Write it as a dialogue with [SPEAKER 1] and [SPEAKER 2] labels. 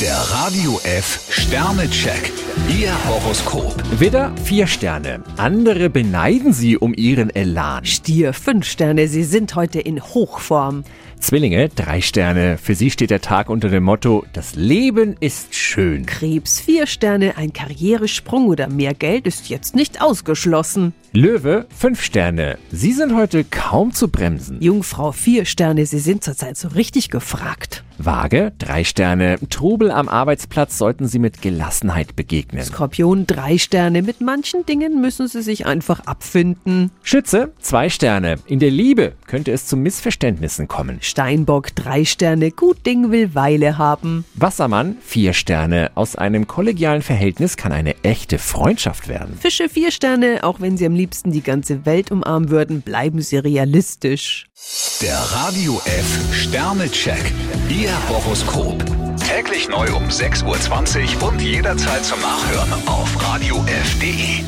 [SPEAKER 1] Der Radio F Sternecheck. Ihr Horoskop.
[SPEAKER 2] Widder, vier Sterne. Andere beneiden sie um ihren Elan.
[SPEAKER 3] Stier, fünf Sterne, Sie sind heute in Hochform.
[SPEAKER 2] Zwillinge, drei Sterne. Für sie steht der Tag unter dem Motto, das Leben ist schön.
[SPEAKER 3] Krebs, vier Sterne, ein Karrieresprung oder mehr Geld ist jetzt nicht ausgeschlossen.
[SPEAKER 2] Löwe, fünf Sterne. Sie sind heute kaum zu bremsen.
[SPEAKER 3] Jungfrau, vier Sterne, Sie sind zurzeit so richtig gefragt.
[SPEAKER 2] Waage, drei Sterne. Trubel am Arbeitsplatz sollten sie mit Gelassenheit begegnen.
[SPEAKER 3] Skorpion, drei Sterne, mit manchen Dingen müssen Sie sich einfach abfinden.
[SPEAKER 2] Schütze, zwei Sterne. In der Liebe könnte es zu Missverständnissen kommen.
[SPEAKER 3] Steinbock, drei Sterne, gut Ding will Weile haben.
[SPEAKER 2] Wassermann, vier Sterne. Aus einem kollegialen Verhältnis kann eine echte Freundschaft werden.
[SPEAKER 3] Fische, vier Sterne, auch wenn Sie am liebsten die ganze Welt umarmen würden, bleiben Sie realistisch.
[SPEAKER 1] Der Radio F Sternecheck. Ihr Horoskop. Täglich neu um 6.20 Uhr und jederzeit zum Nachhören auf Radio radiof.de.